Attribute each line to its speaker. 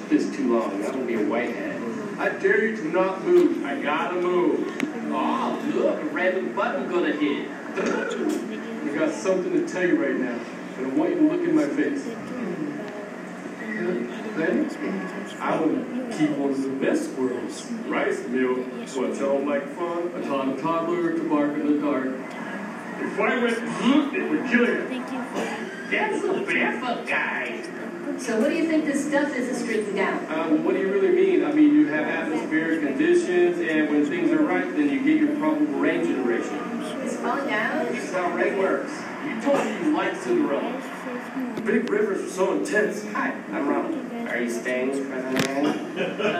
Speaker 1: low. It's gonna be a whitehead. I dare you to not move. I gotta move. Oh, look, a random button gonna hit. I got something to tell you right now, and I want you to look in my face. Then I will keep one of the best squirrels. Rice meal. What sound like fun? I taught a toddler to bark in the dark. If I went, "Zoot," it would kill you.
Speaker 2: Thank you for
Speaker 1: That's a barefoot guy.
Speaker 3: So what do you think this stuff is that's streaking down?
Speaker 1: Um, what do you really mean? I mean, you have atmospheric conditions, and when things are right, then you get your probable rain generation.
Speaker 3: It's falling down?
Speaker 1: This is how rain works. You told me you liked Cinderella. Big rivers are so intense. Hi, I'm Ronald. Are you staying, President?